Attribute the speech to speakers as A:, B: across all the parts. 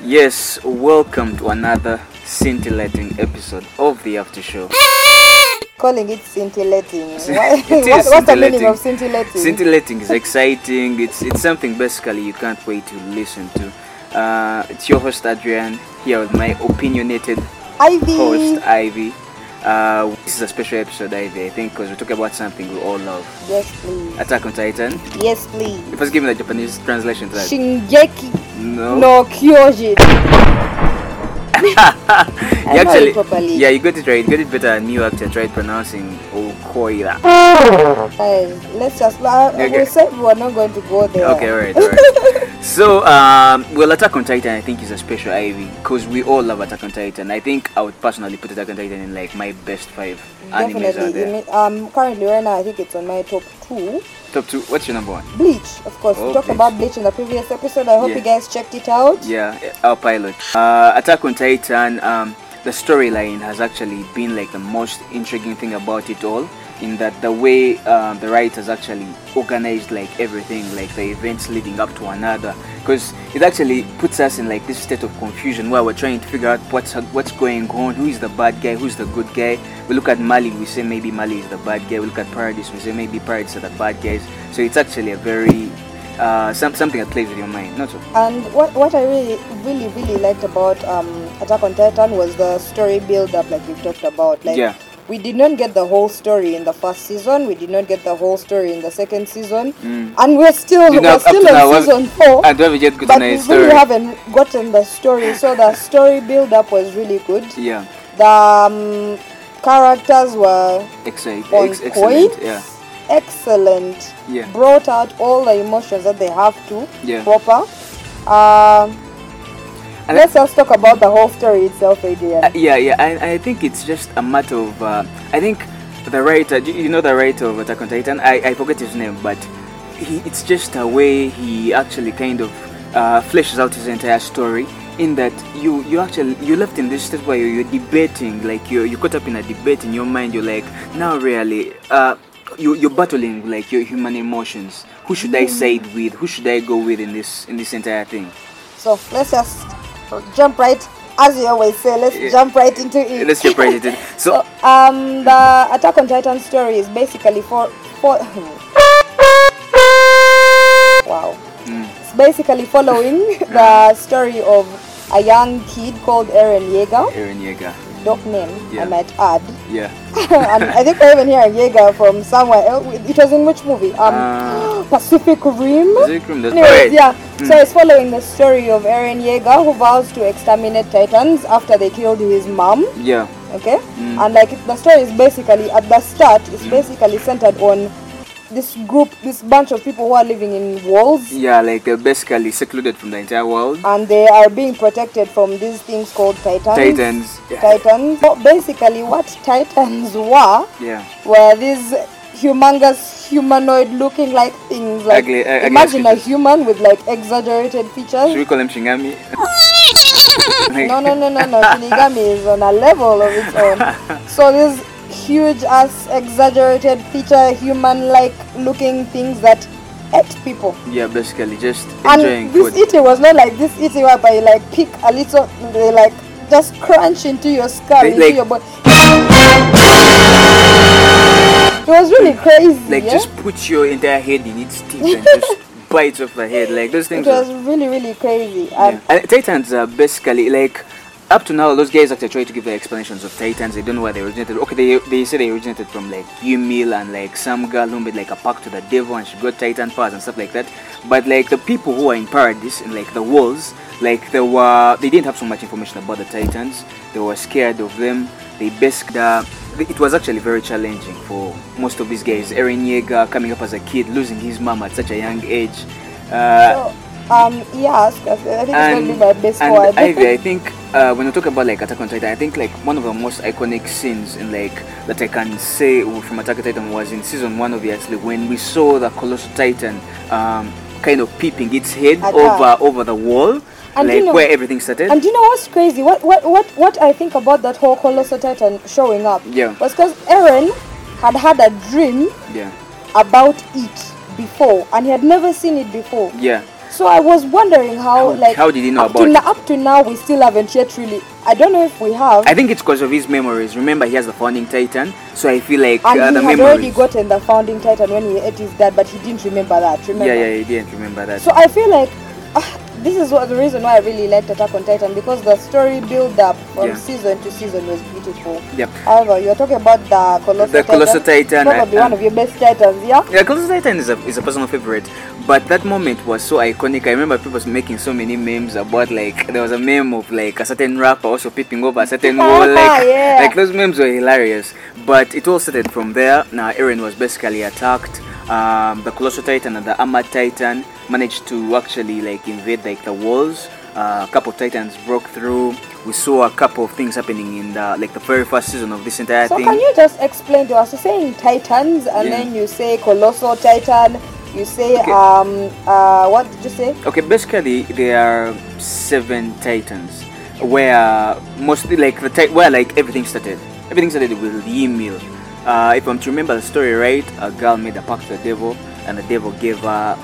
A: Yes, welcome to another scintillating episode of the After Show.
B: calling it scintillating.
A: Sci-
B: Why-
A: it is
B: what- What's the meaning
A: scintillating.
B: of scintillating?
A: Scintillating is exciting. It's it's something basically you can't wait to listen to. Uh, it's your host Adrian here with my opinionated
B: Ivy.
A: host Ivy. Uh, this is a special episode, Ivy, I think, because we're talking about something we all love:
B: Yes, please.
A: Attack on Titan.
B: Yes, please.
A: You first give me the Japanese translation to that.
B: Shingeki
A: no.
B: no Kyojin.
A: you
B: I know
A: actually,
B: it properly.
A: yeah, you got it right. You got it better than me. who Actually, tried pronouncing Okoira.
B: Hey, let's just. I, I
A: Okay.
B: will say we're not going to go there.
A: Okay, all right, all right. so, um, well, Attack on Titan, I think, is a special Ivy because we all love Attack on Titan. I think I would personally put Attack on Titan in like my best five animes out
B: Definitely.
A: there.
B: You mean- um, currently, right now, I think it's on my top two.
A: Top two. What's your number one?
B: Bleach, of course.
A: Oh,
B: we talked
A: Bleach.
B: about Bleach in the previous episode. I hope
A: Yeah.
B: you guys checked it out.
A: Yeah, our pilot. Uh, Attack on Titan. Um, the storyline has actually been like the most intriguing thing about it all. In that the way um, the writers actually organized like everything, like the events leading up to another, because it actually puts us in like this state of confusion where we're trying to figure out what's what's going on, who is the bad guy, who's the good guy. We look at Mali, we say maybe Mali is the bad guy. We look at Paradise, we say maybe Paradise are the bad guys. So it's actually a very uh, some, something that plays with your mind, not so.
B: And what, what I really, really, really liked about um, Attack on Titan was the story build up, like we've talked about. Like,
A: Yeah.
B: we did not get the whole story in the first season, we did not get the whole story in the second season,
A: mm.
B: and we're still,
A: You know,
B: we're
A: up to
B: still
A: now,
B: on
A: what-
B: season four.
A: I don't have yet
B: But
A: gotten
B: we
A: a
B: really
A: story.
B: haven't gotten the story, so the story build up was really good.
A: Yeah,
B: The um, characters were
A: excellent.
B: on
A: Ex-
B: point.
A: excellent. Yeah,
B: Excellent.
A: Yeah.
B: Brought out all the emotions that they have to.
A: Yeah.
B: Proper. Um,
A: And
B: let's just talk about the whole story itself, Adrian.
A: Uh, yeah, yeah. I, I think it's just a matter of. Uh, I think the writer, you you know, the writer of Attack on Titan. I, I forget his name, but he, it's just a way he actually kind of uh, fleshes out his entire story. In that you you actually you left in this state where you're, you're debating, like you're you caught up in a debate in your mind. You're like, now really. Uh, you, you're battling like your human emotions. Who should I side with? Who should I go with in this in this entire thing?
B: so let's just jump right, as you always say, let's
A: Yeah.
B: jump right into it.
A: Let's get right into it.
B: So,
A: So
B: um, the Attack on Titan story is basically for for. wow.
A: Hmm.
B: It's basically following the story of a young kid called Eren Yeager,
A: Aaron Yeager.
B: dog name,
A: Yeah.
B: I might add.
A: Yeah.
B: and I think we're even hearing Yeager from somewhere. else. It was in which movie? Um,
A: Uh,
B: Pacific Rim.
A: Pacific Rim, that's
B: Anyways,
A: right.
B: yeah. So it's following the story of Eren Yeager who vows to exterminate Titans after they killed his mom.
A: Yeah.
B: Okay.
A: Hmm.
B: And like the story is basically at the start, it's basically centered on this group, this bunch of people who are living in walls.
A: Yeah, like they're basically secluded from the entire world.
B: And they are being protected from these things called titans.
A: Titans. Yeah.
B: Titans. So basically, what titans were
A: Yeah.
B: were these humongous humanoid-looking like things. Like
A: Ugly- uh, ugly
B: imagine a
A: features.
B: human with like exaggerated features.
A: Should we call him Shingami? Like-
B: no, no, no, no, no. Shinigami is on a level of its own. So these huge ass, exaggerated feature, human-like looking things that ate people.
A: Yeah, basically just enjoying
B: And this
A: food.
B: eating was not like this eating where you like pick a little, they like just crunch into your skull,
A: They,
B: into
A: like-
B: your body. It was really crazy.
A: Like
B: yeah?
A: just put your entire head in its teeth and just bites off the head. Like those
B: it
A: things.
B: was
A: are-
B: really, really crazy. And
A: yeah. Um, And Titans are basically like up to now those guys actually try to give their explanations of Titans. They don't know where they originated. Okay, they they say they originated from like Ymil and like some girl who made like a pact to the devil and she got Titan powers and stuff like that. But like the people who are in paradise and like the walls, like they were they didn't have so much information about the Titans. They were scared of them. They basically uh, it was actually very challenging for most of these guys. Eren Yeager coming up as a kid, losing his mom at such a young age. Uh,
B: so, um, yeah, I think it's going to be my best
A: and
B: word.
A: Ivy, I think uh, when we talk about like Attack on Titan, I think like one of the most iconic scenes in like that I can say from Attack on Titan was in season one, obviously, when we saw the colossal Titan um, kind of peeping its head
B: Attack.
A: over over the wall,
B: And
A: like
B: you know-
A: where everything started.
B: And you know what's crazy? What what what what I think about that whole colossal titan showing up?
A: Yeah.
B: Was because Aaron had had a dream
A: yeah,
B: about it before, and he had never seen it before.
A: yeah.
B: So I was wondering how,
A: How-
B: like,
A: how did you know
B: up
A: about
B: to
A: it?
B: now, up to now we still haven't yet really. I don't know if we have.
A: I think it's because of his memories. Remember, he has the founding titan, so I feel like
B: and
A: uh,
B: he
A: the
B: had already
A: memories.
B: gotten the founding titan when he ate his dad, but he didn't remember that. Remember?
A: yeah, yeah, he didn't remember that.
B: So I feel like ah, this is what the reason why I really liked Attack on Titan because the story build up from
A: Yeah.
B: season to season was beautiful.
A: Yep.
B: However, you're talking about the Colossal
A: The
B: Titan,
A: Colossal eh? Titan,
B: probably
A: I-
B: one of your best titans, yeah.
A: Yeah, Colossal Titan is a, is a personal favorite, but that moment was so iconic. I remember people making so many memes about like there was a meme of like a certain rapper also peeping over a certain wall, like
B: Yeah.
A: like those memes were hilarious. But it all started from there. Now Eren was basically attacked. Um, the Colossal Titan and the Armored Titan managed to actually like invade like the walls. Uh, a couple of Titans broke through. We saw a couple of things happening in the like the very first season of this entire
B: So
A: thing.
B: can you just explain to us? You're saying titans, and
A: Yeah.
B: then you say colossal titan. You say
A: Okay.
B: um uh what did you say?
A: Okay, basically there are seven titans, where mostly like the ti- where like everything started. Everything started with Ymir. Uh, if I'm to remember the story right, a girl made a pact with the devil, and the devil gave her,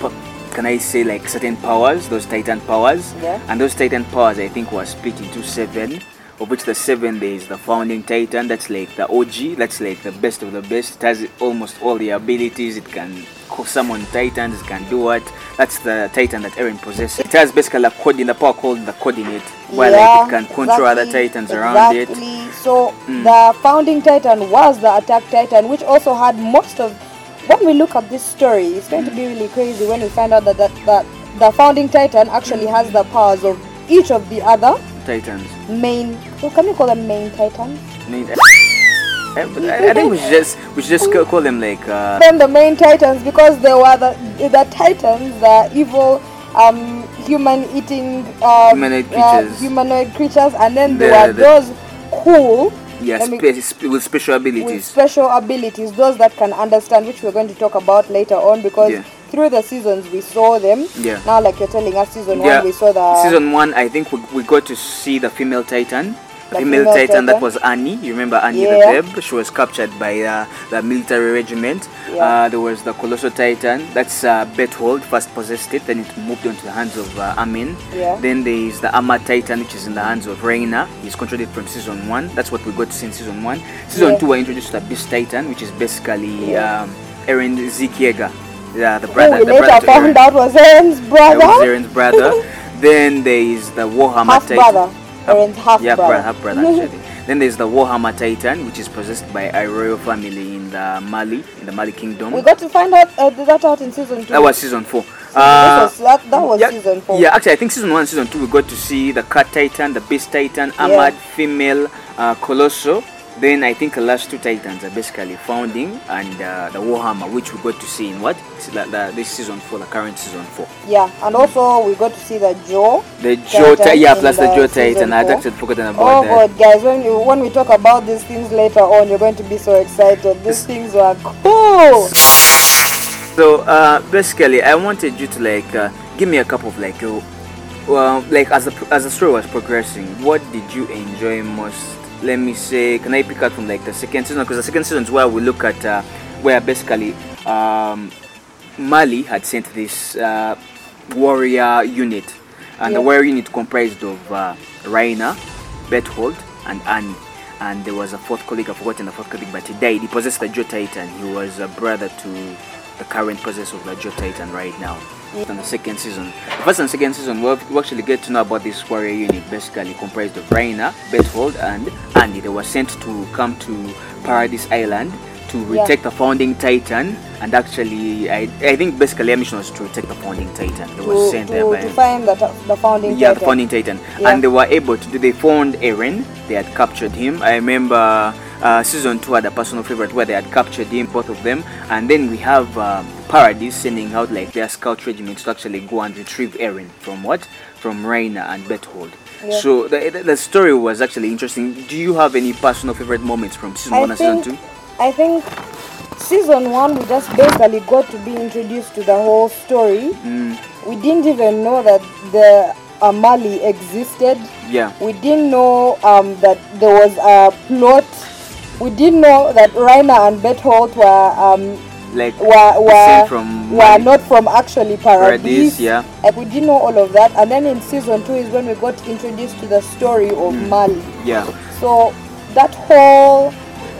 A: pa- can I say like certain powers, those titan powers.
B: Yeah.
A: And those titan powers, I think, were split into seven. Of which the seven there is the founding titan. That's like the OG. That's like the best of the best. It has almost all the abilities. It can co- summon titans. It can do what. That's the titan that Eren possesses. It has basically a code in the power called the coordinate, where like it can control other
B: exactly,
A: titans around it. Mm.
B: Exactly. So the founding titan was the attack titan, which also had most of. When we look at this story, it's going to be really crazy when we find out that that, that the founding titan actually has the powers of each of the other
A: Titans.
B: main. Well, can we call them main titans?
A: I mean, I, I- I think we should just we should just ca- call them like uh,
B: them the main titans because they were the, the titans, the evil um, human-eating uh,
A: Humanoid creatures.
B: humanoid creatures, and then there
A: The-
B: were
A: the-
B: those cool
A: yeah
B: let me-
A: spe- sp- with special
B: with
A: abilities.
B: special abilities, those that can understand, which we're going to talk about later on because
A: Yeah.
B: through the seasons we saw them.
A: Yeah.
B: Now, like you're telling us, season
A: Yeah.
B: one we saw the
A: season one. I think we, we got to see the female Titan. The
B: The
A: female,
B: female
A: Titan, that
B: Titan.
A: was Annie. You remember Annie
B: Yeah.
A: the Babe? She was captured by uh, the military regiment.
B: Yeah.
A: Uh, there was the Colossal Titan. That's uh, Bethold first possessed it. Then it moved on to the hands of uh, Amin.
B: Yeah.
A: Then there is the Armored Titan, which is in the hands of Reina. He's controlled it from season one. That's what we got to see in season one. Season
B: Yeah.
A: two, we're introduced to the Beast Titan, which is basically
B: Yeah.
A: um, Eren Zikiega. Yeah, the
B: who
A: brother. the
B: we
A: brother
B: later
A: to
B: found
A: Eren.
B: out was Eren's
A: That was
B: brother,
A: Eren's brother. then there is the Warhammer
B: half
A: Titan.
B: brother,
A: Half-
B: Eren's half
A: yeah,
B: brother.
A: half brother actually. then there's the Warhammer Titan, which is possessed by a royal family in the Mali, in the Mali kingdom.
B: we got to find out uh, that out in season two.
A: that was season four.
B: So this was, that, that was
A: Uh, yeah,
B: season four.
A: Yeah, actually, I think season one, season two, we got to see the Cat Titan, the Beast Titan, Armored Female, uh, Colosso. Then I think the last two Titans are basically Founding and uh, the Warhammer, which we got to see in what? It's the- the- this season four, the current season four.
B: Yeah, and also we got to see the jaw.
A: The Joe
B: Titan
A: Titan, yeah,
B: in
A: plus the
B: the
A: Joe
B: season
A: Titan. I'd
B: four.
A: actually forgotten about
B: Oh
A: that.
B: god, guys, when you when we talk about these things later on, you're going to be so excited. These things were cool.
A: So uh, basically, I wanted you to like uh, give me a couple of like, uh, well, like as the as the story was progressing, what did you enjoy most? Let me say, can I pick out from like the second season? Because the second season is where we look at uh, where basically um, Mali had sent this uh, warrior unit, and the
B: Yeah.
A: warrior unit comprised of uh, Raina, Bethold, and Annie. And there was a fourth colleague, I've forgotten the fourth colleague, but he died. He possessed the Joe Titan. He was a brother to the current possessor of the Joe Titan right now. On the second season, the first and second season, we we actually get to know about this warrior unit, basically comprised of Raina, Bethold, and Andy. They were sent to come to Paradise Island to
B: Yeah.
A: retake the founding titan and actually I, I think basically their mission was to take the founding titan they were
B: To,
A: sent there
B: to,
A: by
B: to find the, the founding
A: yeah the
B: titan.
A: founding titan
B: Yeah.
A: and they were able to do they found Eren they had captured him I remember uh, season 2 had a personal favorite where they had captured him both of them and then we have um, Paradis sending out like their scout regiment to actually go and retrieve Eren from what from Raina and Bethold
B: Yeah.
A: so the, the, the story was actually interesting do you have any personal favorite moments from season 1
B: I
A: and season
B: think,
A: 2
B: I think season one we just basically got to be introduced to the whole story.
A: Mm.
B: We didn't even know that the Amali existed.
A: yeah
B: We didn't know um, that there was a plot. We didn't know that Rainer and Betholt were um,
A: like
B: were, were,
A: descent from
B: were
A: Mali.
B: not from actually Paradise.
A: Paradise, yeah.
B: Like we didn't know all of that. And then in season two is when we got introduced to the story of
A: Hmm.
B: Mali.
A: yeah
B: So that whole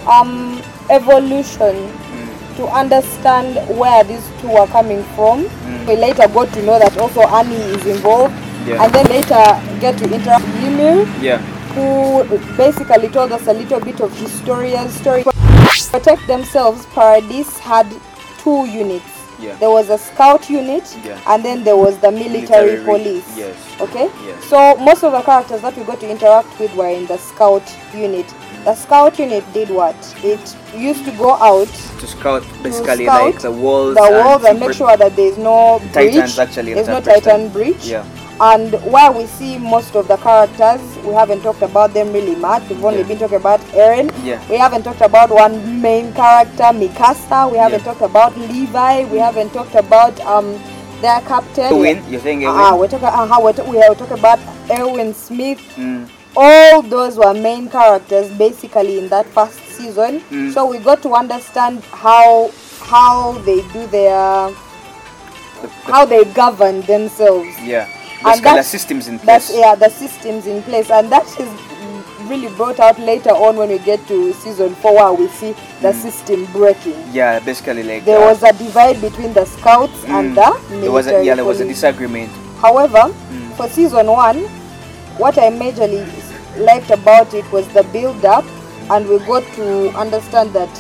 B: um, evolution
A: Hmm.
B: to understand where these two are coming from. We later got to know that also Annie is involved.
A: Hmm. Yeah.
B: And then later get to interact with Ymir,
A: yeah
B: who basically told us a little bit of his story and story. Protect themselves, Paradise had two units.
A: Yeah.
B: There was a scout unit
A: Yeah.
B: and then there was the military,
A: Military re-
B: police.
A: yes.
B: Okay?
A: Yes.
B: So most of the characters that we got to interact with were in the scout unit. The scout unit did what? It used to go out
A: to scout basically
B: scout
A: like the walls
B: the walls and
A: secret-
B: make sure that there's no
A: Titans
B: breach.
A: actually
B: there's no
A: that person.
B: titan breach.
A: Yeah.
B: And while we see most of the characters, we haven't talked about them really much. We've only
A: Yeah.
B: been talking about Eren.
A: Yeah.
B: We haven't talked about one main character, Mikasa. We haven't
A: Yeah.
B: talked about Levi. We haven't talked about um their captain.
A: Erwin, you're saying Erwin?
B: Ah, we're talking. Uh, we're ta- we are talking about Erwin Smith.
A: Mm,
B: All those were main characters basically in that first season.
A: Mm.
B: So we got to understand how how they do
A: the-
B: their
A: the-
B: how they govern themselves.
A: yeah basically the
B: that's-
A: systems in place
B: That's yeah, the systems in place, and that is really brought out later on when we get to season four, where we see the system breaking.
A: Mm. yeah basically like
B: There
A: uh, mm.
B: was a divide between the scouts and the military.
A: there was a, yeah there was a Mm.
B: police.
A: disagreement
B: However, for season one, what I majorly liked about it was the build up, and we got to understand that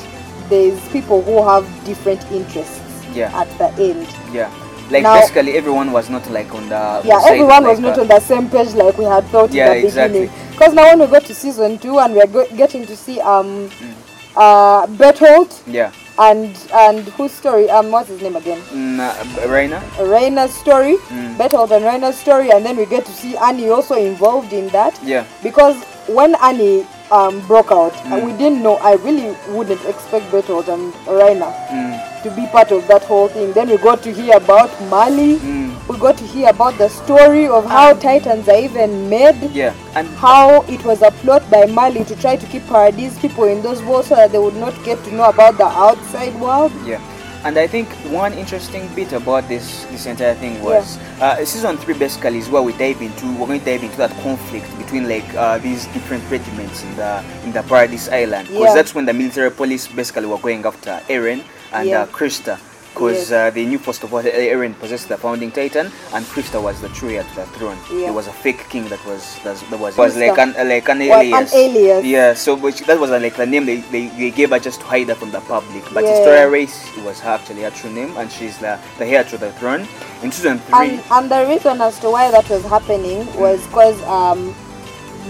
B: there's people who have different interests
A: Yeah.
B: at the end.
A: yeah like
B: Now-
A: basically everyone was not like on the
B: Yeah,
A: side of,
B: everyone was
A: like,
B: not
A: uh,
B: on the same page like we had thought
A: Yeah,
B: in the
A: exactly.
B: beginning. Because now when we go to season two and we're go- getting to see um
A: Mm.
B: uh Berthold
A: yeah
B: and and whose story um what's his name again?
A: mm, uh, Raina
B: Raina's story,
A: Mm.
B: Berthold and Raina's story, and then we get to see Annie also involved in that.
A: yeah
B: Because when Annie um, broke out, we
A: Mm.
B: didn't know. I really wouldn't expect Bertolt and Raina
A: mm,
B: to be part of that whole thing. Then we got to hear about Mali.
A: mm,
B: We got to hear about the story of how Titans are even made.
A: yeah and
B: How it was a plot by Mali to try to keep Paradise people in those walls so that they would not get to know about the outside world.
A: Yeah, and I think one interesting bit about this this entire thing was uh, season three basically is where we dive into we're going to dive into that conflict between like uh, these different regiments in the in the Paradise Island because
B: Yeah.
A: that's when the military police basically were going after Eren and
B: Yeah.
A: uh, Krista. Because
B: Yes.
A: uh, they knew first of all that Eren possessed the founding titan, and Krista was the true heir to the throne.
B: Yeah.
A: He was a fake king that was that was, was like an
B: Krista.
A: like an
B: Well, an
A: alias.
B: alias.
A: Yeah. So which, that was uh, like the name they, they, they gave her just to hide her from the public. But
B: Yeah.
A: Historia Grace was her actually her true name, and she's the, the heir to the throne. In season three,
B: and, and the reason as to why that was happening was because um,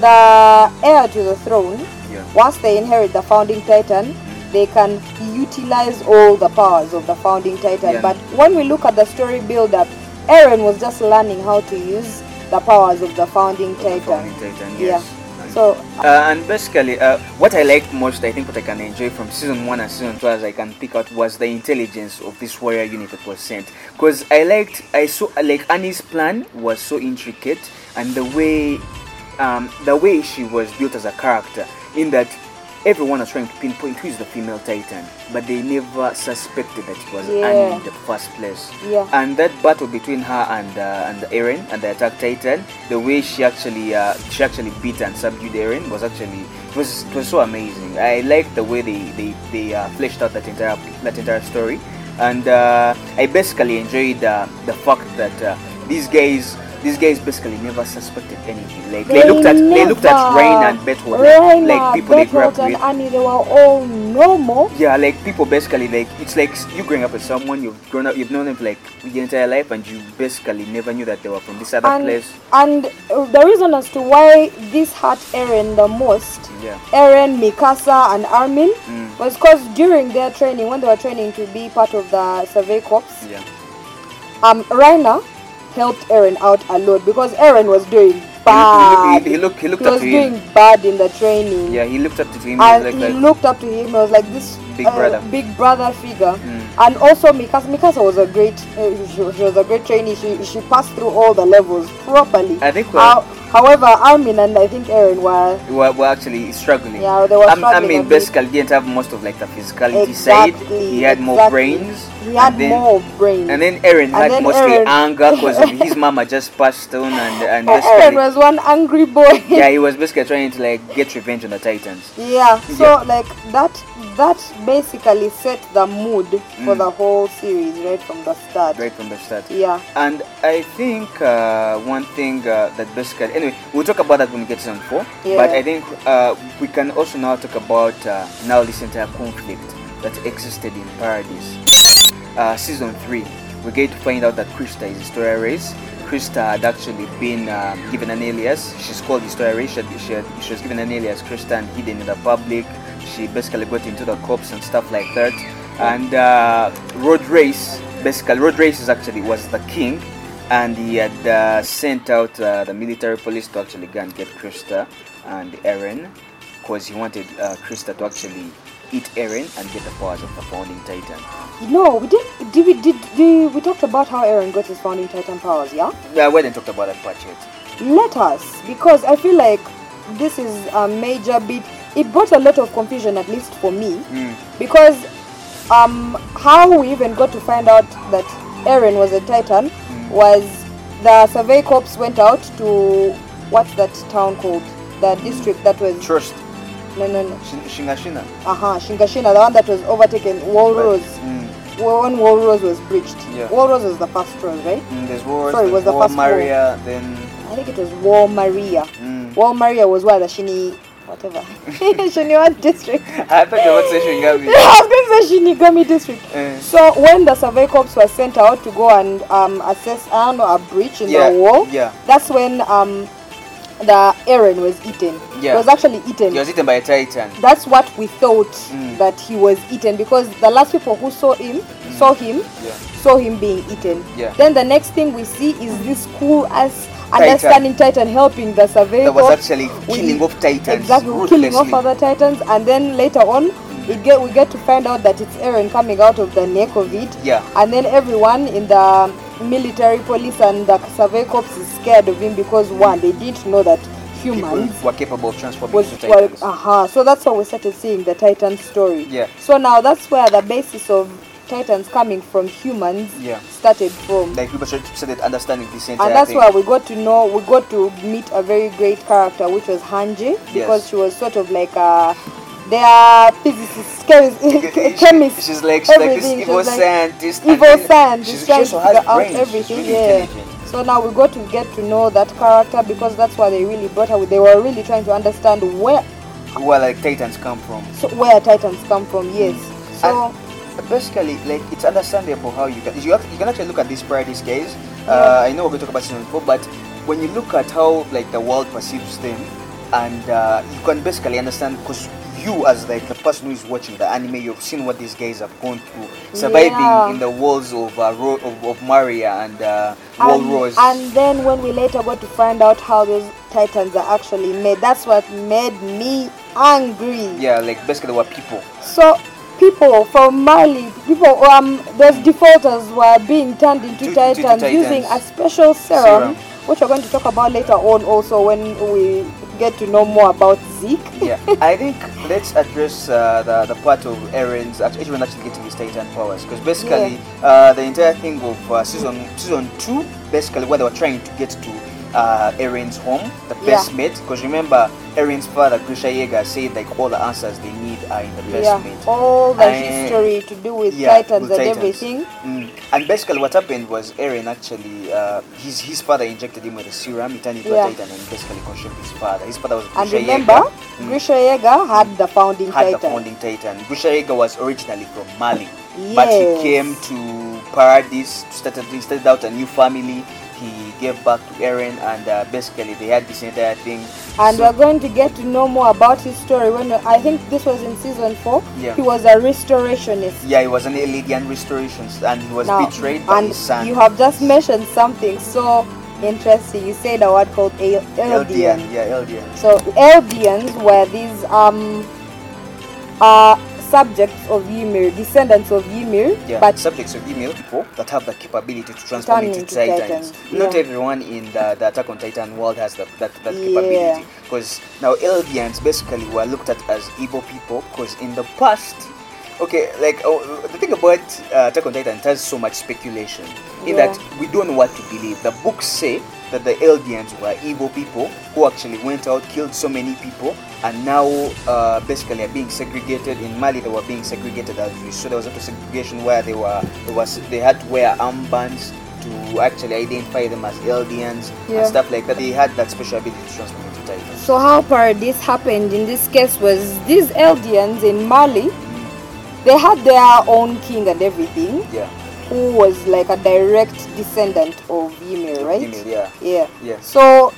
B: the heir to the throne,
A: Yeah.
B: once they inherit the founding titan, they can utilize all the powers of the founding titan.
A: Yeah.
B: But when we look at the story build up, Aaron was just learning how to use the powers of the founding
A: the
B: titan.
A: founding titan, yes.
B: Yeah. So
A: Uh, and basically, uh, what I liked most, I think, what I can enjoy from season one and season two, as I can pick out, was the intelligence of this warrior unit that was sent. Because I liked, I saw like Annie's plan was so intricate, and the way, um, the way she was built as a character, in that everyone was trying to pinpoint who is the female titan, but they never suspected that it was
B: Yeah.
A: Annie in the first place.
B: Yeah.
A: And that battle between her and uh, and Eren and the attack titan, the way she actually uh, she actually beat and subdued Eren was actually it was it was so amazing. I liked the way they they, they uh, fleshed out that entire that entire story, and uh, I basically enjoyed uh, the fact that uh, these guys. These guys basically never suspected anything. Like they, looked at they looked at
B: never-
A: Rain and Bethold
B: Raina,
A: like people they grew up
B: Berthold
A: with.
B: and Annie, they were all normal.
A: Yeah, like people basically like it's like you growing up with someone you've grown up you've known them for like your entire life and you basically never knew that they were from this other place.
B: and uh, the reason as to why this hurt Eren the most,
A: Yeah.
B: Eren, Mikasa, and Armin,
A: Mm.
B: was because during their training, when they were training to be part of the survey corps,
A: Yeah,
B: um, Reiner helped Eren out a lot because Eren was doing bad.
A: he looked- he looked
B: he
A: up
B: was
A: to him.
B: doing bad in the training.
A: yeah. He looked up to him
B: And
A: like
B: he
A: like
B: looked up to him. He was like this uh,
A: Big brother.
B: big brother figure.
A: Mm.
B: And also Mikasa, Mikasa was a great, uh, she, she was a great trainee. She, she passed through all the levels properly.
A: I think we're-
B: how, However, Armin and I think Aaron were
A: were, were actually struggling.
B: Yeah, they were
A: I'm- I
B: struggling a
A: mean,
B: bit.
A: basically, didn't have most of like the physicality side.
B: Exactly,
A: He had more
B: exactly.
A: brains.
B: He had
A: and then,
B: more brains.
A: And then Aaron
B: And
A: had
B: then
A: mostly
B: Aaron-
A: anger because his mama just passed on and and
B: A- Aaron
A: basically,
B: Uh, was one angry boy.
A: yeah, he was basically trying to like get revenge on the Titans.
B: Yeah, so
A: Yeah.
B: like that that basically set the mood for the whole series right from the start.
A: Mm. Right from the start.
B: Yeah.
A: And I think uh, one thing uh, that basically, anyway, we'll talk about that when we get to season four.
B: Yeah.
A: But I think uh, we can also now talk about uh, now this entire conflict that existed in Paradise. Uh, season three, we get to find out that Krista is Historia Race. Krista had actually been um, given an alias. She's called Historia Race. She, had, she, had, she was given an alias Krista and hidden in the public. She basically got into the cops and stuff like that. And uh, Road Race, basically, Road Race is actually was the king, and he had uh, sent out uh, the military police to actually go and get Krista and Aaron, because he wanted uh, Krista to actually eat Aaron and get the powers of the Founding Titan.
B: No, we did did we did we, we talked about how Aaron got his founding titan powers, yeah?
A: Yeah, we didn't talk about that part yet.
B: Let us because I feel like this is a major bit it brought a lot of confusion at least for me because um how we even got to find out that Aaron was a titan was the survey corps went out to what's that town called? The district that was
A: Trust.
B: No, no, no.
A: Shin- Shingashina.
B: Aha, Shingashina, the one that was overtaken, Walrose.
A: Mm.
B: Well, When Walrose was breached.
A: Yeah.
B: Walrose was the first rose, right?
A: Mm, there's wars.
B: Sorry,
A: there's
B: was the
A: war
B: first war.
A: Maria, then.
B: I think it was Wall Maria.
A: Mm.
B: Wall Maria was where the Shini. whatever. Shiniwa district.
A: I thought you were saying Shingami.
B: I was going to say Shinigami district.
A: Eh.
B: So when the survey corps was sent out to go and um, assess, I don't know, a breach in
A: Yeah,
B: the wall,
A: yeah.
B: that's when um, the Aaron was eaten.
A: Yeah.
B: He was actually eaten.
A: He was eaten by a titan.
B: that's what we thought
A: Mm.
B: that he was eaten because the last people who saw him saw him
A: Yeah.
B: saw him being eaten
A: Yeah.
B: then the next thing we see is this cool ass understanding titan helping the survey
A: That was
B: corps
A: actually
B: with-
A: killing off titans.
B: exactly killing off
A: ruthlessly.
B: other titans and then later on it get we get to find out that it's Aaron coming out of the neck of it
A: Yeah.
B: and then everyone in the military police and the survey corps is scared of him because one they didn't know that humans
A: People were capable of transforming
B: was
A: into
B: well, uh,
A: titans.
B: aha. So that's how we started seeing the Titan story.
A: Yeah.
B: So now that's where the basis of Titans coming from humans
A: Yeah.
B: started from,
A: Like people should started understanding this entire
B: and that's
A: thing.
B: where we got to know we got to meet a very great character, which was Hanji, because
A: Yes.
B: she was sort of like uh, a their physicist, chemist, chemist.
A: She's like, she's like this
B: everything. She
A: evil
B: was like
A: scientist. and
B: evil
A: then
B: sand
A: She's
B: is
A: she
B: trying
A: also
B: to
A: has
B: figure out
A: brains. She's
B: everything
A: really
B: yeah
A: intelligent.
B: so now we got to get to know that character because that's why they really brought her they were really trying to understand where
A: Where like titans come from.
B: so where titans come from yes so
A: Mm. And basically, like it's understandable how you can you, act- you can actually look at this paradise case. Uh, I know we're going to talk about season four, but when you look at how like the world perceives them, and uh, you can basically understand because you as like the person who is watching the anime, you've seen what these guys have gone through, surviving
B: Yeah.
A: in the walls of uh, Ro- of, of Maria and uh,
B: and,
A: Walrose.
B: and then when we later got to find out how those titans are actually made that's what made me angry
A: yeah, like basically they were people.
B: so people from mali people um those defaulters were being turned into
A: To- to
B: titans, using a
A: titans.
B: special
A: Serum.
B: serum, which we're going to talk about later on also when we get to know more about zeke
A: yeah, I think let's address uh, the, the part of Aaron's act- Aaron actually getting his Titan powers because basically uh, the entire thing of uh, season season two basically where they were trying to get to uh, Aaron's home, the
B: Yeah.
A: basement. Because remember, Aaron's father Grisha Yeager said like all the answers they need are in the basement.
B: yeah all the
A: And-
B: history to do with
A: yeah,
B: titans
A: with
B: and
A: Titans.
B: everything
A: Mm. And basically, what happened was Aaron actually, uh, his his father injected him with a serum, he turned into
B: Yeah.
A: a titan, and basically consumed his father. His father was
B: and
A: Grisha
B: remember
A: Yeager. Mm
B: grisha yeager had the founding
A: had
B: titan
A: the founding titan. Bushaiga was originally from Mali, but he
B: Yes.
A: came to Paradise, started, he started out a new family. He gave back to Aaron, and uh, basically they had this entire thing.
B: and uh,
A: So-
B: we're going to get to know more about his story when I think this was in season four.
A: Yeah.
B: He was a restorationist.
A: yeah, he was an Elidian restorations, and he was
B: Now,
A: betrayed by
B: and
A: his son.
B: you have just mentioned something so interesting. You said a word called El-
A: Eldian,
B: Eldian.
A: yeah, Eldian.
B: So Eldians were these um uh subjects of Ymir, descendants of Ymir,
A: Yeah,
B: but
A: subjects of email people that have the capability to
B: Turn
A: transform into
B: into
A: titans.
B: titans,
A: Not
B: yeah.
A: everyone in the, the Attack on Titan world has the, that, that
B: Yeah.
A: capability. Because now Eldians basically were looked at as evil people because in the past, okay, like oh, the thing about uh, Attack on Titan it has so much speculation in
B: Yeah.
A: that we don't know what to believe. The books say that the Eldians were evil people who actually went out, killed so many people, and now uh, basically are being segregated. In Mali, they were being segregated as we So there was a segregation where they were they, was, they had to wear armbands to actually identify them as Eldians
B: Yeah.
A: and stuff like that. They had that special ability to transform into Titans.
B: So how paradise happened in this case was these Eldians in Mali,
A: Mm.
B: they had their own king and everything,
A: Yeah.
B: who was like a direct descendant of Ymir, right?
A: Ymir, yeah.
B: Yeah.
A: Yeah.
B: So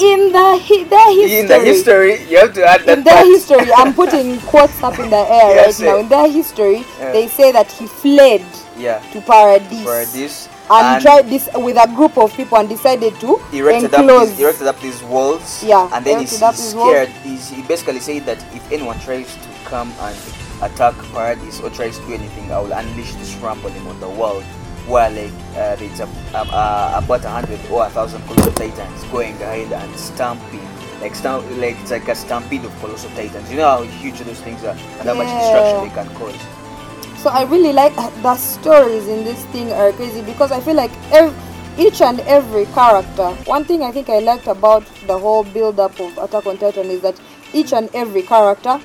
B: in the hi- their history,
A: In the history, you have to add that
B: in their
A: part.
B: history, I'm putting quotes up in the air
A: Yes,
B: right now.
A: eh.
B: In their history,
A: Yeah.
B: they say that he fled
A: Yeah.
B: to paradise,
A: For this.
B: and, tried this with a group of people and decided to
A: erected up,
B: enclose.
A: these, erected up these walls.
B: Yeah,
A: and then he's,
B: erected up
A: he's
B: these walls.
A: scared. He's, he basically said that if anyone tries to come and attack Paradise or tries to do anything, I will unleash this rumbling on the world. Where like uh, there's a, um, uh, about a hundred or a thousand colossal titans going ahead and stamping, like stamp, like it's like a stampede of colossal titans. You know how huge those things are and how much
B: Yeah.
A: destruction they can cause.
B: So I really like uh, the stories in this thing are crazy because I feel like ev- each and every character. One thing I think I liked about the whole build up of Attack on Titan is that each and every character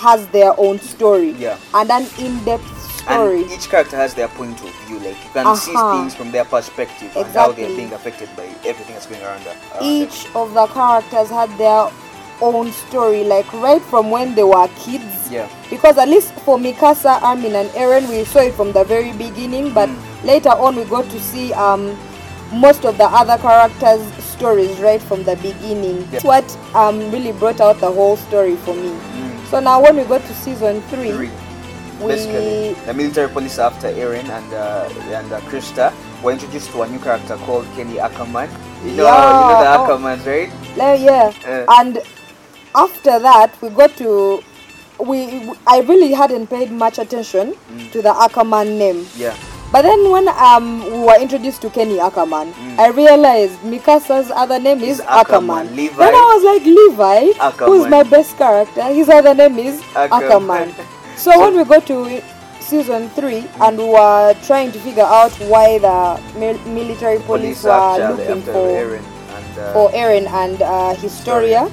B: has their own story
A: Mm. Yeah.
B: and an in-depth story.
A: And each character has their point of view. Like you can see
B: Uh-huh.
A: things from their perspective and how they're
B: Exactly.
A: being affected by everything that's going around them. around them.
B: each of the characters had their own story, like right from when they were kids.
A: Yeah.
B: Because at least for Mikasa, Armin, and Eren, we saw it from the very beginning, but
A: Mm.
B: later on we got to see um, most of the other characters' stories right from the beginning.
A: Yeah.
B: That's what um, really brought out the whole story for me.
A: Mm.
B: So now when we got to season three,
A: Three.
B: we-
A: Basically, the military police after Aaron and uh, and uh, Krista were introduced to a new character called Kenny Ackerman. You know, you know the
B: Yeah, oh.
A: Ackermans, right?
B: Le- yeah.
A: Uh.
B: and after that, we got to. We, I really hadn't paid much attention to the Ackerman name.
A: Yeah.
B: But then when um we were introduced to Kenny Ackerman, I realized Mikasa's other name
A: Is
B: is
A: Ackerman.
B: Mm. Ackerman.
A: Levi.
B: Then I was like, Levi, who's
A: Ackerman.
B: my best character? His other name is Ackerman.
A: Ackerman.
B: So when we got to i- season three and we were trying to figure out why the mil- military police, were
A: after,
B: looking
A: after
B: for
A: Aaron and uh,
B: for Eren and uh, Historia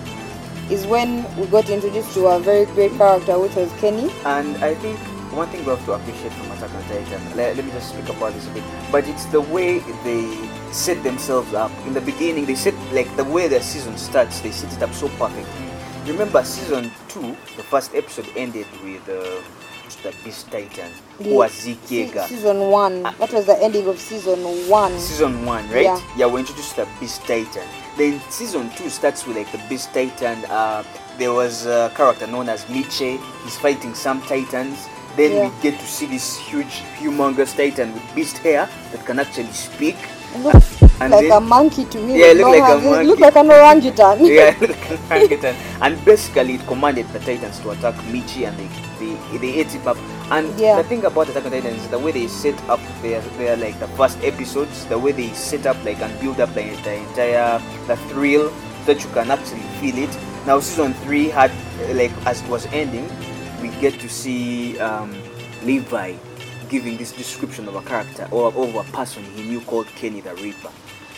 B: is when we got introduced to a very great character, which was Kenny.
A: And I think one thing we have to appreciate from Attack on Titan, let, let me just speak about this a bit, but it's the way they set themselves up. In the beginning, they set, like, the way their season starts, they set it up so perfectly. Remember, season 2, the first episode ended with uh, the Beast Titan, who was
B: Se-
A: Zikega.
B: season one. That was the ending of season one.
A: Season 1, right?
B: Yeah.
A: Yeah, we introduced the Beast Titan. Then season 2 starts with, like, the Beast Titan. Uh, there was a character known as Miche, he's fighting some Titans. Then
B: Yeah.
A: we get to see this huge, humongous Titan with beast hair that can actually speak.
B: It looks
A: And
B: like a
A: then,
B: monkey to me.
A: Yeah, it
B: with
A: looked
B: no
A: like a
B: hands. It looked
A: monkey.
B: like an orangutan.
A: yeah, like an orangutan. And basically, it commanded the Titans to attack Michi, and they they, they ate him up. And
B: Yeah.
A: the thing about Attack on Titan is the way they set up their their like the first episodes, the way they set up like and build up the, the entire the thrill that you can actually feel it. Now, season three had uh, like as it was ending, we get to see um, Levi giving this description of a character or of a person he knew called Kenny the Reaper.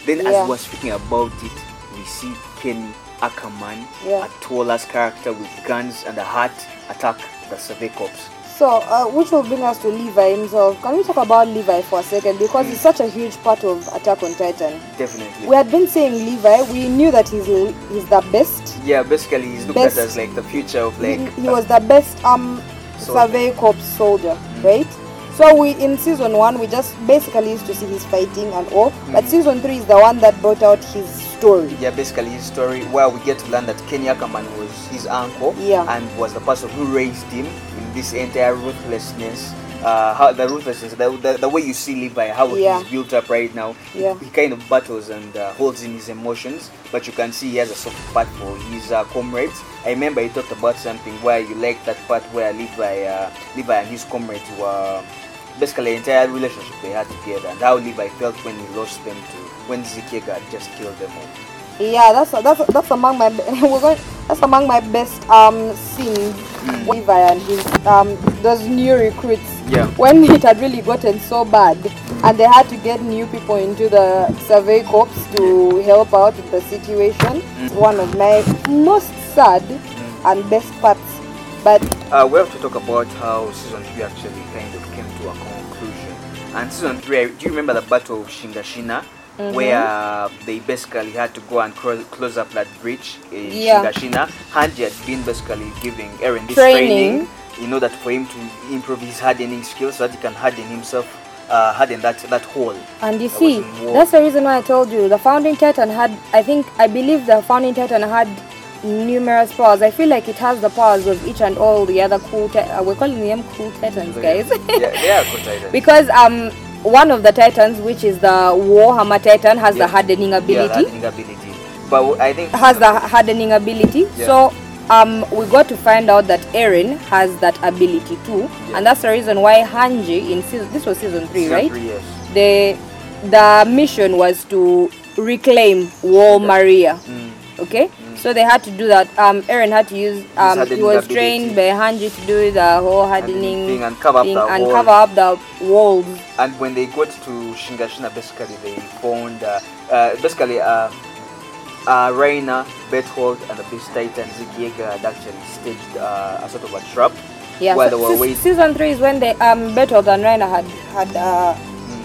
A: Then
B: Yeah.
A: as we are speaking about it, we see Kenny Ackerman,
B: Yeah.
A: a tall ass character with guns and a hat, attack the Survey Corps.
B: So, uh, which will bring us to Levi himself. Can we talk about Levi for a second? Because he's such a huge part of Attack on Titan.
A: Definitely.
B: We had been saying Levi. We knew that he's he's the best.
A: yeah, basically he's looked
B: Best-
A: at as like the future of like
B: he, he was the best um
A: Soldier. Mm.
B: survey corps soldier, right? So we in season one we just basically used to see his fighting and all,
A: Mm.
B: but season three is the one that brought out his story.
A: yeah, basically his story where we get to learn that Kenny Ackerman was his uncle
B: Yeah.
A: and was the person who raised him in this entire ruthlessness uh, how the ruthlessness, the, the, the way you see Levi, how
B: Yeah.
A: he's built up right now.
B: Yeah.
A: He kind of battles and uh, holds in his emotions, but you can see he has a soft spot for his uh, comrades. I remember he talked about something where you like that part where Levi, uh, Levi and his comrades were basically the entire relationship they had together, and how Levi felt when he lost them to when Zikiega just killed them all.
B: Yeah, that's that's that's among my be- we're going, that's among my best um scenes. Levi and his um those new recruits.
A: Yeah.
B: When it had really gotten so bad, and they had to get new people into the survey corps to help out with the situation. One of my most sad and best parts, but
A: Uh, we have to talk about how season 3 actually kind of came to a conclusion. And season 3, do you remember the Battle of Shingashina?
B: Mm-hmm.
A: Where uh, they basically had to go and cro- close up that bridge in
B: Yeah.
A: Shingashina. Hanji had been basically giving Eren this
B: Training.
A: training. in order for him to improve his hardening skills so that he can harden himself, uh, harden that, that hole.
B: And you
A: that
B: see,
A: was in war.
B: that's the reason why I told you the founding titan had. I think I believe the founding titan had numerous powers. I feel like it has the powers of each and all the other cool. Ti- uh, we're calling them cool titans, guys,
A: yeah, they are good titans.
B: because um one of the titans, which is the warhammer titan, has
A: Yeah.
B: the hardening
A: Yeah, the
B: ability.
A: hardening ability. But I think
B: has the hardening ability.
A: Yeah.
B: So um, we got to find out that Aaron has that ability too,
A: Yeah.
B: and that's the reason why Hanji in season this was season three,
A: season
B: right?
A: three, yes.
B: the the mission was to reclaim War Maria.
A: Mm.
B: Okay, so they had to do that. Um, Aaron had to use. Um, he
A: hardening
B: was
A: ability.
B: trained by Hanji to do the whole hardening
A: thing and cover up the
B: and
A: wall.
B: cover up the walls.
A: and when they got to Shingashina, basically they found uh, uh, basically uh, uh, Reina, Bethold, and the Beast Titan Zikiega had actually staged uh, a sort of a trap
B: Yeah,
A: while
B: so
A: they were
B: se-
A: waiting.
B: season three is when they um Bertold and Rainer had had uh,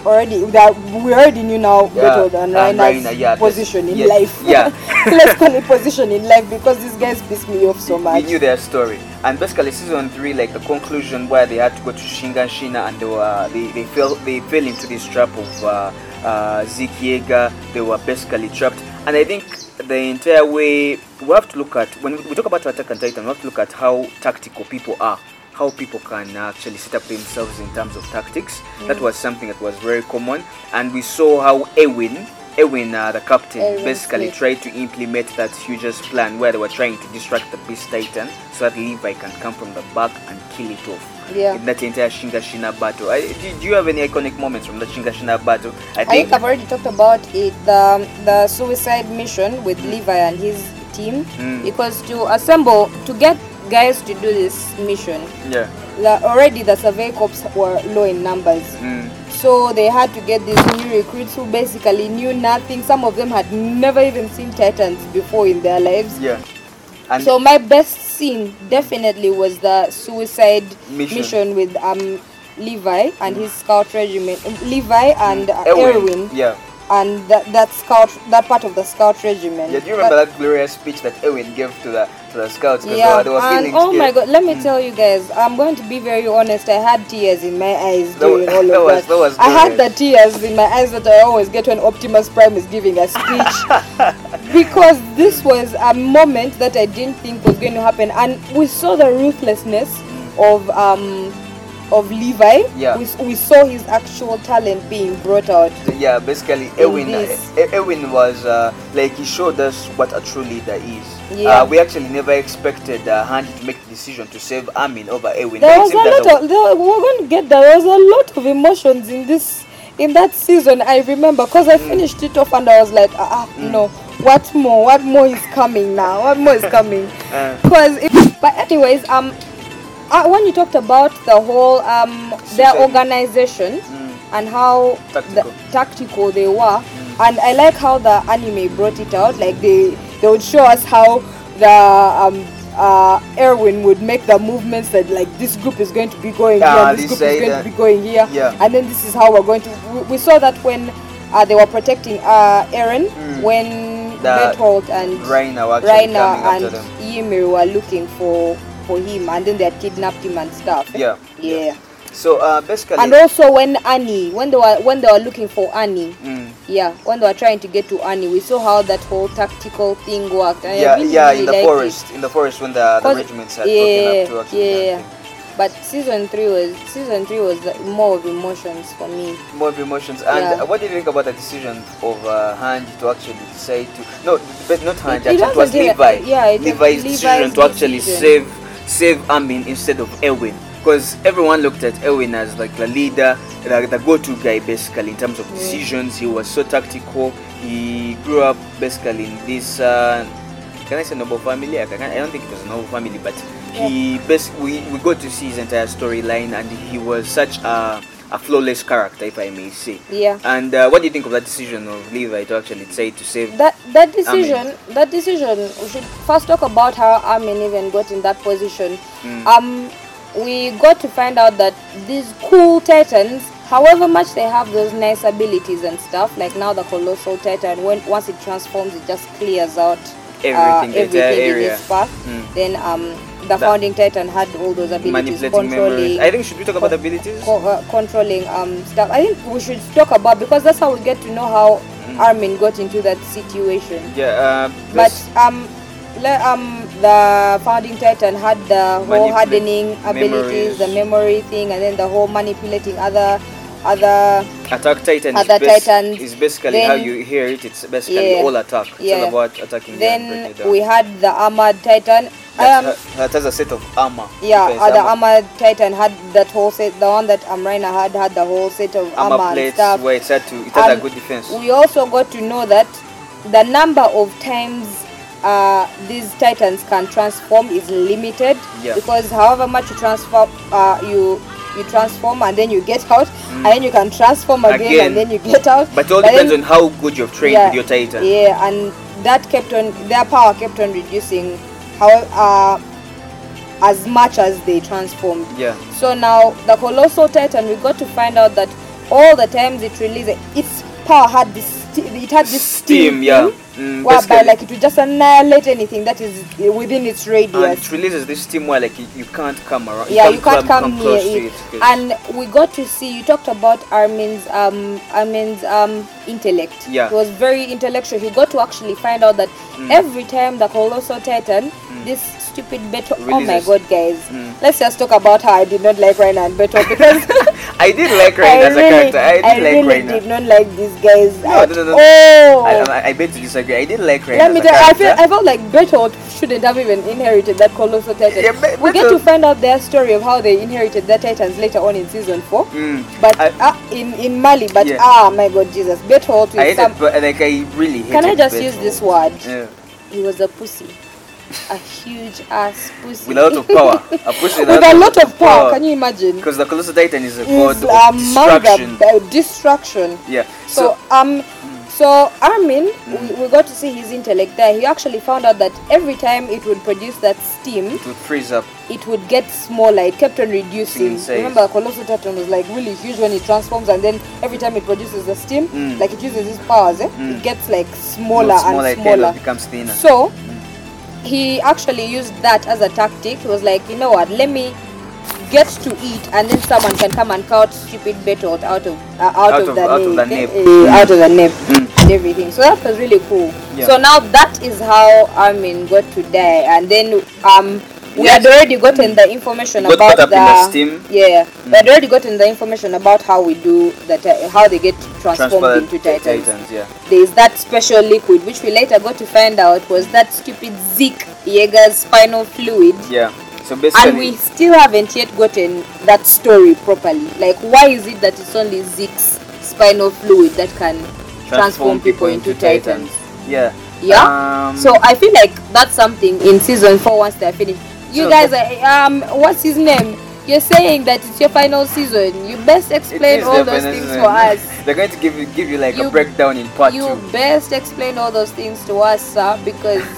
B: already that we already knew now
A: Mm. Yeah,
B: Bertold and
A: and
B: Reiner's
A: Rainer, yeah,
B: position in
A: yes,
B: life.
A: yeah.
B: let's call it position in life because these guys piss me off so
A: We
B: much.
A: knew their story, and basically season three, like the conclusion where they had to go to Shingashina and they were they, they fell they fell into this trap of uh, uh, Zeke Yeager. They were basically trapped, and I think the entire way we have to look at when we talk about Attack on Titan, we have to look at how tactical people are. How people can actually set up themselves in terms of tactics. That was something that was very common, and we saw how Ewin, Ewin, uh, the captain,
B: Erwin
A: basically
B: Smith.
A: tried to implement that hugest plan where they were trying to distract the beast titan so that Levi can come from the back and kill it off.
B: Yeah.
A: In that entire Shingashina battle. I, do, do you have any iconic moments from the Shingashina battle? I
B: I think
A: think
B: I've already talked about it. The, the suicide mission with Levi and his team.
A: Mm.
B: It was to assemble to get guys to do this mission.
A: yeah.
B: The, already the survey corps were low in numbers,
A: Mm,
B: so they had to get these new recruits who basically knew nothing. Some of them had never even seen Titans before in their lives.
A: yeah. And
B: So my best scene definitely was the suicide
A: Mission.
B: mission, with um Levi and his scout regiment. Levi and uh, Erwin
A: Yeah.
B: and that, that scout that part of the scout regiment.
A: Yeah, do you remember
B: But-
A: that glorious speech that Erwin gave to the to the scouts? 'Cause
B: yeah,
A: they were, they were
B: and
A: feeling
B: oh my
A: scared.
B: god, let me tell you guys, I'm going to be very honest. I had tears in my eyes
A: That
B: during
A: was-
B: all of
A: that
B: that.
A: was- that was
B: I had the
A: glorious.
B: tears in my eyes that I always get when Optimus Prime is giving a speech because this was a moment that I didn't think was going to happen, and we saw the ruthlessness of um of Levi.
A: Yeah.
B: we, s- we saw his actual talent being brought out.
A: Yeah, basically,
B: In
A: Erwin,
B: this.
A: E- Erwin was uh, like he showed us what a true leader is.
B: Yeah.
A: Uh, we actually never expected uh, Hanji to make the decision to save Armin over Erwin.
B: There
A: That
B: was a
A: seemed as
B: lot of there, we're going to get there. there was a lot of emotions in this in that season. I remember because I finished it off and I was like, ah, ah, no, what more? What more is coming now? What more is coming?
A: Uh.
B: Because but anyways, um, uh, when you talked about the whole um their
A: Suicide.
B: organization
A: Mm.
B: and how
A: Tactical. Mm.
B: The, tactical they were, and I like how the anime brought it out. Like they they would show us how the um. Uh, Erwin would make the movements that like this group is going to be going
A: Ah,
B: here, this
A: they
B: group
A: say
B: is going
A: that.
B: to be going here,
A: Yeah.
B: and then this is how we're going to. We, we saw that when uh, they were protecting uh, Aaron,
A: Mm.
B: when
A: The-
B: Berthold and
A: Raina were Mm, actually
B: Rainer
A: coming
B: and
A: after them.
B: Ymir were looking for for him, and then they had kidnapped him and stuff.
A: Yeah.
B: yeah.
A: So uh, basically,
B: And also when Annie, when they were when they were looking for Annie,
A: Mm.
B: yeah, when they were trying to get to Annie, we saw how that whole tactical thing worked. And I
A: yeah,
B: really,
A: yeah,
B: really
A: in the
B: liked it.
A: forest, in the forest when the, the
B: Cause-
A: regiments had broken up to actually
B: yeah,
A: that thing.
B: But season three was season three was like, more of emotions for me.
A: More of emotions. And
B: Yeah.
A: what do you think about the decision of uh, Hanji to actually decide to no, but not Hanji.
B: it
A: actually, it was
B: wasn't a-
A: Levi.
B: yeah, it was
A: Levi's decision
B: Levi's
A: to actually
B: decision.
A: save save Amin instead of Erwin. Because everyone looked at Erwin as like the leader, the, the go-to guy basically in terms of decisions. He was so tactical. He grew up basically in this. Uh, can I say noble family? I, can, I don't think it was a noble family, but he bas- we, we got to see his entire storyline, and he was such a, a flawless character, if I may say.
B: Yeah.
A: And uh, what do you think of that decision of Levi to actually decide to save?
B: That that decision, that decision. We should first talk about how Armin even got in that position.
A: Hmm.
B: Um, we got to find out that these cool titans, however much they have those nice abilities and stuff, like now the colossal titan, when once it transforms, it just clears out uh,
A: Everything, the entire
B: everything in
A: area.
B: its path.
A: Mm.
B: Then um, the
A: That-
B: founding titan had all those abilities,
A: Manipulating
B: controlling.
A: memories. I think should we talk about the abilities?
B: co- uh, controlling um stuff. I think we should talk about because that's how we get to know how
A: Hmm.
B: Armin got into that situation.
A: Yeah. Uh,
B: But
A: let's-
B: um, le- um, the founding titan had the whole
A: Manipulate
B: hardening abilities,
A: memories.
B: the memory thing, and then the whole manipulating other other
A: attack Titan. is
B: other
A: bas-
B: Titans,
A: is basically how
B: then-
A: you hear it. It's basically
B: Yeah.
A: all attack. It's
B: Yeah.
A: all about attacking.
B: then
A: the
B: we had the armored titan.
A: That,
B: um,
A: that has a set of armor.
B: yeah,
A: defense
B: uh, the
A: armor.
B: armored titan had that whole set. The one that Amrina had had the whole set of
A: armor,
B: armor and
A: plates
B: stuff.
A: where it's had to it had
B: Um,
A: a good defense.
B: We also got to know that the number of times uh, these titans can transform is limited
A: Yeah.
B: because however much you transform, uh, you you transform and then you get out, and then you can transform again,
A: Mm. Again.
B: and then you get out.
A: But it all depends
B: then-
A: on how good you've trained
B: yeah,
A: with your titan.
B: Yeah, and that kept on their power kept on reducing. How uh, as much as they transformed.
A: Yeah.
B: So now the colossal titan, we got to find out that all the times it releases, its power had this, sti- it had this steam,
A: Steam, yeah.
B: thing,
A: Mm,
B: whereby
A: basically.
B: like it would just annihilate anything that is uh, within its
A: And
B: radius.
A: it releases this steam where like you, you can't come around.
B: yeah, you can't come, near
A: close
B: it.
A: to it. 'cause-
B: And we got to see. You talked about Armin's um Armin's um intellect.
A: Yeah. Mm.
B: he was very intellectual. He got to actually find out that every time the colossal titan, this stupid Beto. Oh my
A: Releases. Mm.
B: God, guys! Let's just talk about how I did not like Raina and Beto because.
A: I did like Rain
B: I
A: as a
B: really,
A: character. I did
B: I
A: like
B: really
A: Rain.
B: did not like these guys.
A: No,
B: at
A: no, no, no.
B: all.
A: I, I, I bet you disagree. I did like Rain.
B: Let
A: as
B: me
A: a
B: tell you, I feel
A: character.
B: I felt like Beto shouldn't have even inherited that colossal titan.
A: Yeah, Be-
B: we get
A: Beto-
B: to find out their story of how they inherited their titans later on in season four.
A: Mm.
B: But
A: I-
B: ah, in in Mali, but
A: Yeah.
B: ah, my God, Jesus, Beto
A: I
B: is
A: hated,
B: some.
A: but like I really hated
B: Can I just
A: Beto.
B: use this word?
A: Yeah.
B: He was a pussy, a huge ass pussy
A: With a lot of power. A pussy
B: With a lot of power. Can you imagine?
A: Because the Colossal Titan is a god
B: He's
A: of
B: a
A: destruction.
B: mother uh, destruction.
A: Yeah.
B: So, um, so Armin, we, we got to see his intellect there. He actually found out that every time it would produce that steam,
A: it would freeze up.
B: it would get smaller. It kept on reducing.
A: In size.
B: Remember, Colossal Titan was like really huge when it transforms, and then every time it produces the steam,
A: Mm.
B: like it uses its powers, eh?
A: Mm.
B: it gets like smaller
A: Not smaller,
B: and
A: it kind
B: smaller.
A: of becomes thinner.
B: So he actually used that as a tactic. He was like, you know what? Let me get to it, and then someone can come and cut stupid Beto out of uh, out,
A: Out
B: of,
A: of-
B: the
A: out of the
B: name,
A: nip.
B: eh, out of the nip, and everything. So that was really cool.
A: Yeah.
B: So now that is how Armin got to die, and then um. We
A: Yes.
B: had already gotten the information
A: Got
B: about
A: caught up in
B: the,
A: the steam. Mm.
B: yeah. We had already gotten the information about how we do that, how they get transformed
A: Transferred
B: into
A: to
B: titans
A: Titans, yeah.
B: there's that special liquid which we later got to find out was that stupid Zeke Yeager's spinal fluid.
A: Yeah. So basically,
B: And we still haven't yet gotten that story properly. Like, why is it that it's only Zeke's spinal fluid that can transform, people into titans?
A: Yeah.
B: Yeah.
A: Um,
B: so I feel like that's something in season four once they're finished. You
A: So-
B: guys, are, um, what's his name? You're saying that it's your final season. You best
A: it
B: explain
A: is
B: all
A: their
B: those
A: finances
B: things
A: and-
B: for us.
A: They're going to give you give you like
B: You-
A: a breakdown in part
B: you
A: two.
B: best explain all those things to us, sir, because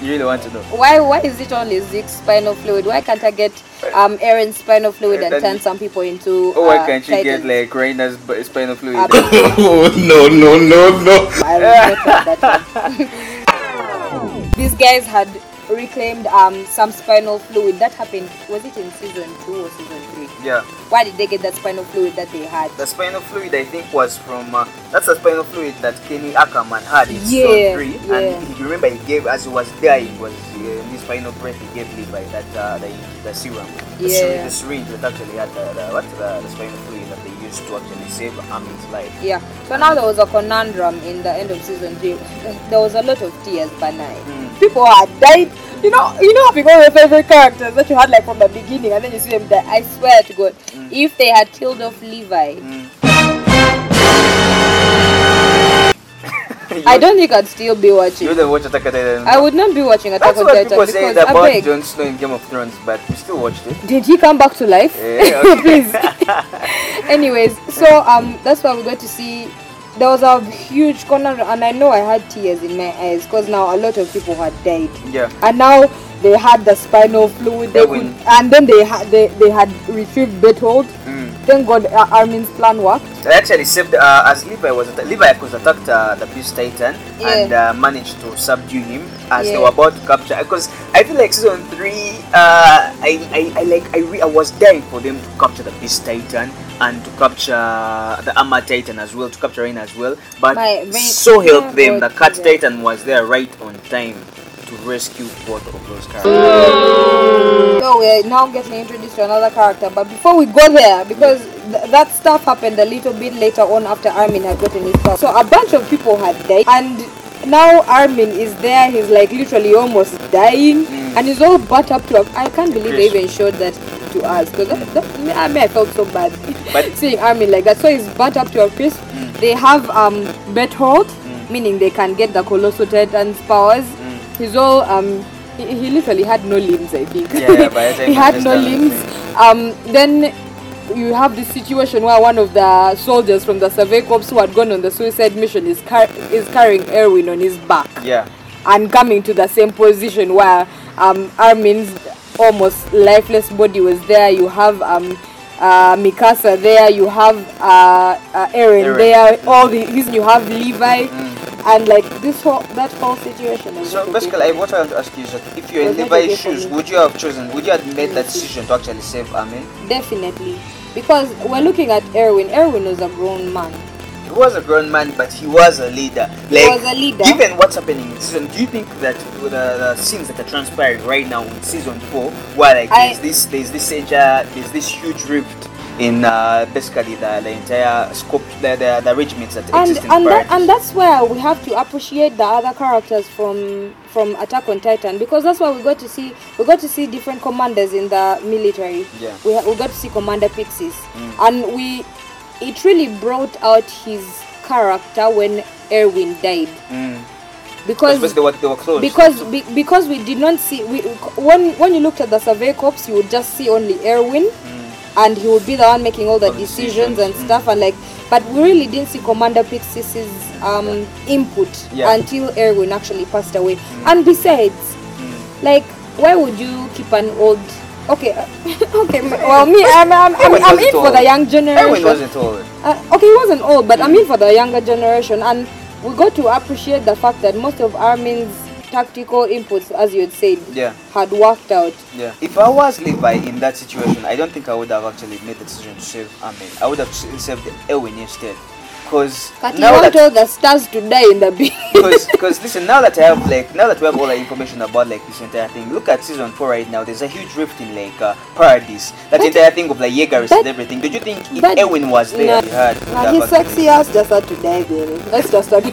A: You really want to know.
B: why why is it only Zeke's spinal fluid? Why can't I get um Aaron's spinal fluid and
A: Then-
B: turn some people into
A: Oh, why
B: uh,
A: can't you
B: titans?
A: get like Reina's b- spinal fluid?
B: Uh,
C: no, no, no, no.
B: I regret that one. These guys had reclaimed um, some spinal fluid. That happened, was it in season two or season three?
A: Yeah.
B: Why did they get that spinal fluid that they had?
A: The spinal fluid, I think, was from uh, that's the spinal fluid that Kenny Ackerman had in
B: Yeah,
A: season three,
B: yeah.
A: and he, remember he gave as he was dying was uh, his final breath he gave me by that uh, the, the serum, the
B: Yeah.
A: syringe, the syringe that actually had the, the what the, the spinal fluid that they used to actually save Amin's life.
B: Yeah. So now there was a conundrum in the end of season three. There was a lot of tears by night.
A: Mm.
B: People had died. You know, you know, people were favorite characters that you had like from the beginning, and then you see them die. I swear to God,
A: Hmm.
B: if they had killed off Levi, I don't think I'd still be watching.
A: You don't watch Attack on Titan.
B: I would not be watching Attack
A: That's
B: on
A: what
B: Titan
A: people say
B: because I
A: about
B: beg.
A: Jon Snow in Game of Thrones, but we still watched it.
B: Did he come back to life?
A: Yeah, okay.
B: Please. Anyways, so um, that's why we got to see. There was a huge conundrum, and I know I had tears in my eyes because now a lot of people had died.
A: Yeah.
B: and now they had the spinal fluid they
A: They
B: could,
A: win.
B: and then they had they, they had retrieved Berthold.
A: mm.
B: thank god uh, armin's plan worked
A: They actually saved uh, as Levi was atta- Levi of course attacked uh, the Beast Titan
B: Yeah.
A: and uh, managed to subdue him as
B: Yeah.
A: they were about to capture. Because I feel like season three, uh, I, I, I like I, re- I was dying for them to capture the Beast Titan and to capture the Armor Titan as well, to capture Rain as well. But
B: My Rain-
A: so help
B: Yeah,
A: them, the
B: God,
A: Cat
B: yeah.
A: Titan was there right on time to rescue both of those characters.
B: so we're now getting introduced to another character but before we go there because th- that stuff happened a little bit later on after armin had gotten his power so a bunch of people had died and now armin is there he's like literally almost dying and he's all butt up to a- i can't believe they
A: Crisp.
B: even showed that to us because that, that, I, mean, I felt so bad
A: But-
B: seeing armin like that so he's butt up to a crisp they have um Berthold, meaning they can get the colossal titan's powers he's all um he, he literally had no limbs i think
A: Yeah, yeah, by the time
B: he
A: you
B: had no
A: understand
B: limbs. Um, then you have this situation where one of the soldiers from the survey corps who had gone on the suicide mission is car- is carrying Erwin on his back
A: Yeah.
B: and coming to the same position where um, Armin's almost lifeless body was there. You have um, uh, Mikasa there. You have uh, uh, Eren,
A: Eren. Mm-hmm.
B: there. All the his, you have Levi, and like this whole that whole situation. is
A: So
B: really
A: basically, I- what I want to ask you is that if you're in
B: Well, that
A: Levi's
B: is okay for
A: shoes,
B: me.
A: would you have chosen? Would you have made that decision to actually save Amin?
B: Definitely. Because we're looking at Erwin. Erwin was a grown man.
A: He was a grown man, but he was a leader.
B: He was a leader.
A: Given what's happening in season, do you think that the, the scenes that are transpiring right now in season four, where like
B: I-
A: there's this, there's this major, there's this huge rift in uh, basically the, the entire scope, the, the, the regiments that
B: And
A: exist in
B: and that,
A: Paradise?
B: and that's where we have to appreciate the other characters from from Attack on Titan because that's why we got to see we got to see different commanders in the military.
A: Yeah.
B: We ha- we got to see Commander Pixies, and we it really brought out his character when Erwin died
A: Mm. Because
B: because
A: they were they were close.
B: because be, because we did not see we, when when you looked at the survey corps you would just see only erwin and he would be the one making all the
A: Mm. All the
B: decisions
A: decisions,
B: and
A: mm.
B: stuff and like but we really didn't see commander pixis's um input
A: Yeah. Mm.
B: until erwin actually passed away and besides like why would you keep an old okay okay m- well me i'm i'm, I'm,
A: Erwin
B: I'm
A: wasn't
B: in for the
A: old.
B: young generation
A: Erwin wasn't old.
B: uh, okay, he wasn't old, but I mean for the younger generation, and we got to appreciate the fact that most of Armin's tactical inputs, as you had said,
A: Yeah.
B: had worked out.
A: Yeah. If I was Levi in that situation, I don't think I would have actually made the decision to save Amen. I would have s- saved Erwin instead. Because
B: But he
A: now
B: want
A: that
B: all the stars to die in the big.
A: because because listen, now that I have like now that we have all the information about like this entire thing, look at season four right now. There's a huge rift in like uh, Paradise. That
B: But-
A: entire thing of the Jaegerists
B: but-
A: and everything. Did you think if
B: but-
A: Erwin was there,
B: No.
A: he had? would
B: nah,
A: have
B: his
A: actually-
B: sexy ass just had to die, baby. Let's just not.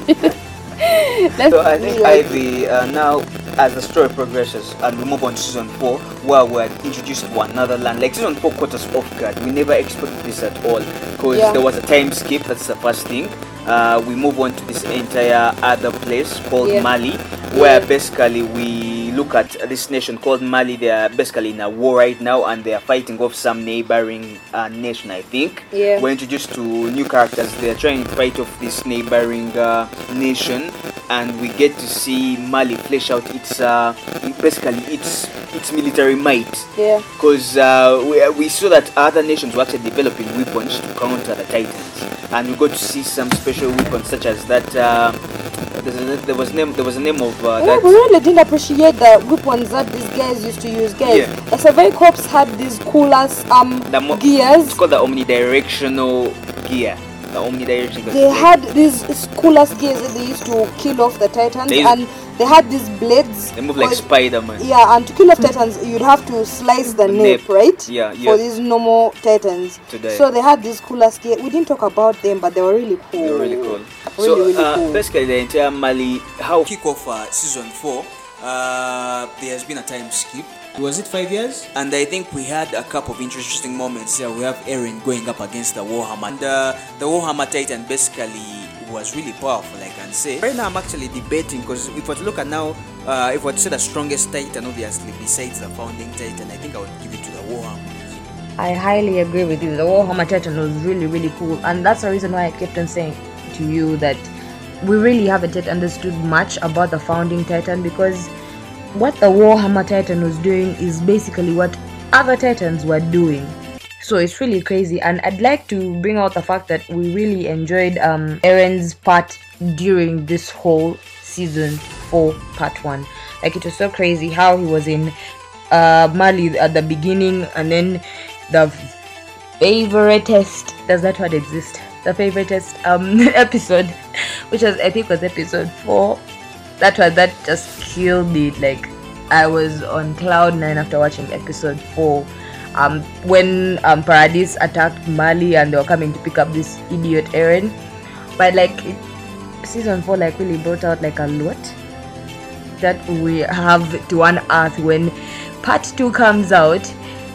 B: Let's
A: So I think
B: like-
A: Ivy uh, now, as the story progresses and we move on to season four, where we're introduced to another land. Like season four caught us off guard. We never expected this at all because
B: Yeah.
A: there was a time skip. That's the first thing. Uh, we move on to this entire other place called
B: Yeah.
A: Mali, where
B: Yeah.
A: basically we look at this nation called Mali. They are basically in a war right now, and they are fighting off some neighboring uh, nation, I think.
B: Yeah.
A: We're introduced to new characters. They're trying to fight off this neighboring uh, nation, and we get to see Mali flesh out its uh, basically its its military might.
B: Yeah.
A: Because uh, we, we saw that other nations were actually developing weapons to counter the Titans, and we got to see some special weapons such as that uh,
D: there's a, there was name there was a name of uh,
E: Yeah,
D: that
E: we really didn't appreciate the weapons that these guys used to use. Guys,
D: Yeah.
E: the Survey Corps had these cool ass um,
D: the mo-
E: gears.
D: It's called the omnidirectional gear. The omnidirectional.
E: They had these cool ass gears that they used to kill off the Titans,
D: They-
E: and they had these blades.
D: They move like
E: for-
D: Spider-Man.
E: Yeah, and to kill off Titans, you'd have to slice the
D: Nip.
E: nape, right?
D: Yeah, yeah.
E: For these normal Titans.
D: Today.
E: So they had these cool ass gears. We didn't talk about them, but they were really cool.
D: They were really cool.
E: Really,
D: so
E: really
D: uh,
E: cool.
D: basically, the entire Mali how
A: kick off uh, season four, uh, there has been a time skip. Was it five years? And I think we had a couple of interesting moments there. We have Eren going up against the Warhammer. And uh, the Warhammer Titan basically was really powerful, I can say. Right now, I'm actually debating because if I look at now, uh, if I were to say the strongest Titan, obviously, besides the founding Titan, I think I would give it to the Warhammer.
B: I highly agree with you. The Warhammer Titan was really, really cool, and that's the reason why I kept on saying to you that we really haven't yet understood much about the founding Titan because what the Warhammer Titan was doing is basically what other Titans were doing. So it's really crazy, and I'd like to bring out the fact that we really enjoyed um, Eren's part during this whole season four, part one. Like it was so crazy how he was in uh, Mali at the beginning, and then the favoritest does that word exist? The favoritest um episode, which was I think was episode four. That was that just killed it. Like I was on cloud nine after watching episode four. Um, when um, Paradis attacked Mali and they were coming to pick up this idiot Aaron, but like it, season four like really brought out like a lot that we have to unearth when part two comes out.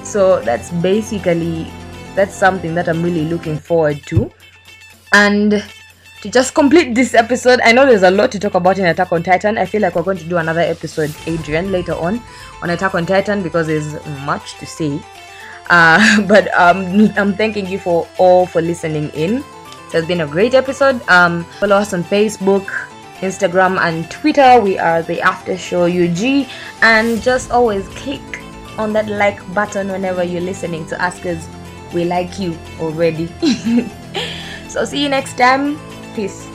B: So that's basically that's something that I'm really looking forward to. And to just complete this episode, I know there's a lot to talk about in Attack on Titan. I feel like we're going to do another episode, Adrian, later on on Attack on Titan because there's much to say. Uh, but um, I'm thanking you for all for listening in. It has been a great episode. Um, follow us on Facebook, Instagram, and Twitter. We are the After Show UG, and just always click on that like button whenever you're listening to us because we like you already. so see you next time. Peace.